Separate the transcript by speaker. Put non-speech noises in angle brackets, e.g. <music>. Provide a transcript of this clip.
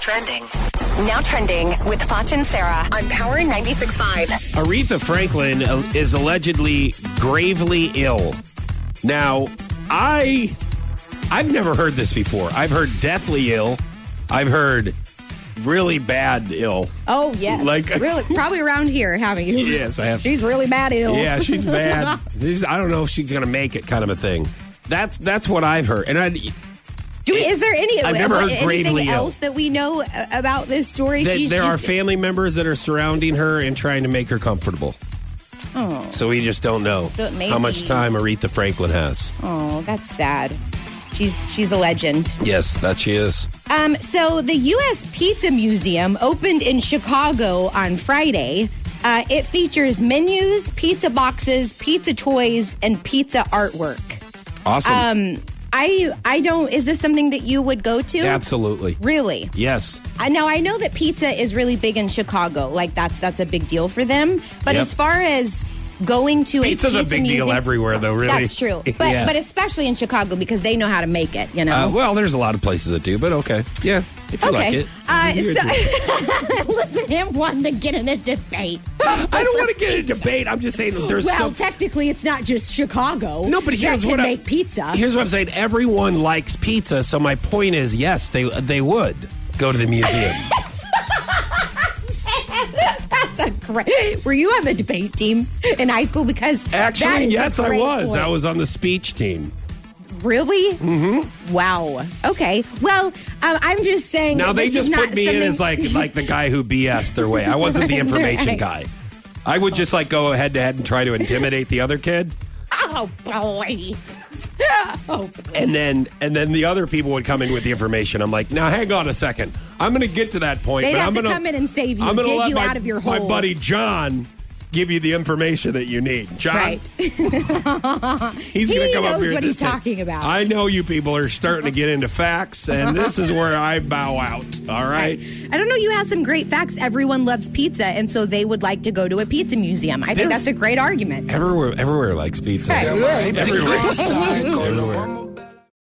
Speaker 1: Trending. Now trending with Foch and Sarah on Power 96.5.
Speaker 2: Aretha Franklin uh, is allegedly gravely ill. Now, I I've never heard this before. I've heard deathly ill. I've heard really bad ill.
Speaker 3: Oh yes,
Speaker 2: Like- <laughs>
Speaker 3: really, probably around here, haven't you?
Speaker 2: Yes, I have.
Speaker 3: She's really bad
Speaker 2: <laughs>
Speaker 3: ill.
Speaker 2: Yeah, she's bad. She's- I don't know if she's going to make it kind of a thing. That's that's what I've heard. And I
Speaker 3: Do we, is there any
Speaker 2: I've never heard gravely
Speaker 3: anything
Speaker 2: ill.
Speaker 3: else that we know uh, about this story?
Speaker 2: that
Speaker 3: She's
Speaker 2: there are
Speaker 3: just-
Speaker 2: family members that are surrounding her and trying to make her comfortable. So we just don't know
Speaker 3: Oh. So it may
Speaker 2: how much
Speaker 3: be-
Speaker 2: time Aretha Franklin has.
Speaker 3: oh, that's sad. She's she's a legend.
Speaker 2: Yes, that she is.
Speaker 3: Um, so the U.S. Pizza Museum opened in Chicago on Friday. Uh, it features menus, pizza boxes, pizza toys, and pizza artwork.
Speaker 2: Awesome.
Speaker 3: Um, I I don't. Is this something that you would go to?
Speaker 2: Absolutely.
Speaker 3: Really?
Speaker 2: Yes.
Speaker 3: I now I know that pizza is really big in Chicago. Like that's that's a big deal for them. But
Speaker 2: Yep.
Speaker 3: as far as going to
Speaker 2: Pizza's
Speaker 3: a,
Speaker 2: a
Speaker 3: pizza
Speaker 2: big deal
Speaker 3: museum-
Speaker 2: everywhere, though, really.
Speaker 3: That's
Speaker 2: <laughs>
Speaker 3: true. But
Speaker 2: Yeah.
Speaker 3: but especially in Chicago because they know how to make it. You know.
Speaker 2: Uh, well, there's a lot of places that do, but okay. Yeah. If you like
Speaker 3: okay.
Speaker 2: it.
Speaker 3: Uh,
Speaker 2: You do it.
Speaker 3: so <laughs> listen, him wanting to get in
Speaker 2: <laughs>
Speaker 3: a debate.
Speaker 2: I don't want to get in a debate. I'm just saying that there's
Speaker 3: Well,
Speaker 2: some.
Speaker 3: technically, it's not just Chicago.
Speaker 2: No, but here's
Speaker 3: that can
Speaker 2: what I-
Speaker 3: make pizza.
Speaker 2: Here's what I'm saying. Everyone likes pizza, so my point is, yes, they they would go to the museum.
Speaker 3: <laughs> That's a great. Were you on the debate team in high school? Because <laughs> that
Speaker 2: Actually,
Speaker 3: is a
Speaker 2: yes, I
Speaker 3: great
Speaker 2: was.
Speaker 3: point.
Speaker 2: I was on the speech team.
Speaker 3: really. Mm-hmm. Wow. Okay. Well, um, I'm just saying.
Speaker 2: Now
Speaker 3: that
Speaker 2: they
Speaker 3: this
Speaker 2: just
Speaker 3: is
Speaker 2: put
Speaker 3: not
Speaker 2: me in
Speaker 3: something-
Speaker 2: as like like the guy who BS their way. I wasn't the information
Speaker 3: <laughs> Right.
Speaker 2: guy. I would just like go head to head and try to intimidate the other kid.
Speaker 3: <laughs> Oh boy. <laughs> oh,
Speaker 2: and then and then the other people would come in with the information. I'm like, now hang on a second. I'm going to get to that point.
Speaker 3: They'd
Speaker 2: but
Speaker 3: have
Speaker 2: I'm
Speaker 3: to
Speaker 2: gonna,
Speaker 3: come in and save you,
Speaker 2: I'm gonna
Speaker 3: dig
Speaker 2: let
Speaker 3: you
Speaker 2: my,
Speaker 3: out of your
Speaker 2: My
Speaker 3: hole.
Speaker 2: buddy John give you the information that you need. John,
Speaker 3: right.
Speaker 2: he's
Speaker 3: He
Speaker 2: going to come up
Speaker 3: knows
Speaker 2: here.
Speaker 3: what
Speaker 2: and just
Speaker 3: he's
Speaker 2: say,
Speaker 3: talking about.
Speaker 2: I know you people are starting to get into facts, and this is where I bow out. All right.
Speaker 3: I don't know. You had some great facts. Everyone loves pizza, and so they would like to go to a pizza museum. I think
Speaker 2: There's-
Speaker 3: that's a great argument.
Speaker 2: Everywhere, everywhere likes pizza.
Speaker 3: Right.
Speaker 4: Everywhere.